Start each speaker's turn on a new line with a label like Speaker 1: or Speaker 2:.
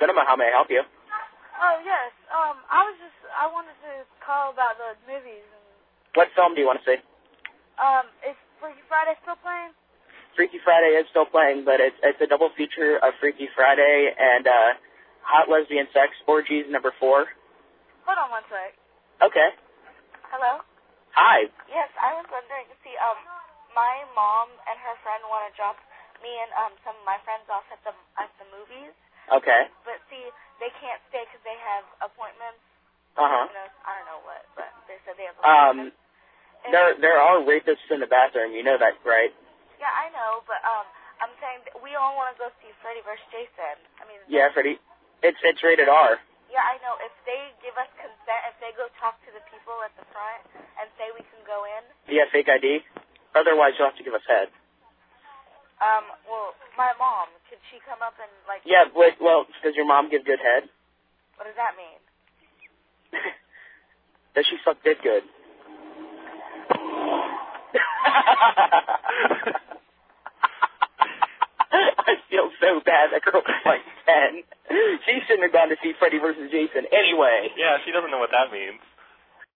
Speaker 1: Cinema, how may I help you?
Speaker 2: Oh yes. Um, I was just I wanted to call about the movies. And,
Speaker 1: What film do you want to see?
Speaker 2: um, is Freaky Friday still playing?
Speaker 1: Freaky Friday is still playing, but it's it's a double feature of Freaky Friday and uh, Hot Lesbian Sex Orgies number four.
Speaker 2: Hold on one sec.
Speaker 1: Okay.
Speaker 2: Hello.
Speaker 1: Hi.
Speaker 2: Yes, I was wondering. See, um, my mom and her friend want to drop me and um some of my friends off at the at the movies,
Speaker 1: Okay.
Speaker 2: but see, they can't stay because they have appointments.
Speaker 1: Uh huh.
Speaker 2: Who knows? I don't know what, but they said they have
Speaker 1: Um,
Speaker 2: appointments. And-
Speaker 1: there there are rapists in the bathroom. You know that, right?
Speaker 2: Yeah, I know, but um, I'm saying that we all want to go see Freddy vs. Jason. I mean,
Speaker 1: Yeah, Freddie. It's it's rated R.
Speaker 2: yeah, I know. If they give us consent, if they go talk to the people at the front and say we can go in,
Speaker 1: Do you have fake ID? Otherwise, you'll have to give us head.
Speaker 2: um, well, my mom, could she come up and like?
Speaker 1: Yeah. Wait, well, does your mom give good head?
Speaker 2: What does that mean?
Speaker 1: does she suck dick good? I feel so bad. That girl was like ten. She shouldn't have gone to see Freddy versus Jason anyway.
Speaker 3: Yeah, she doesn't know what that means.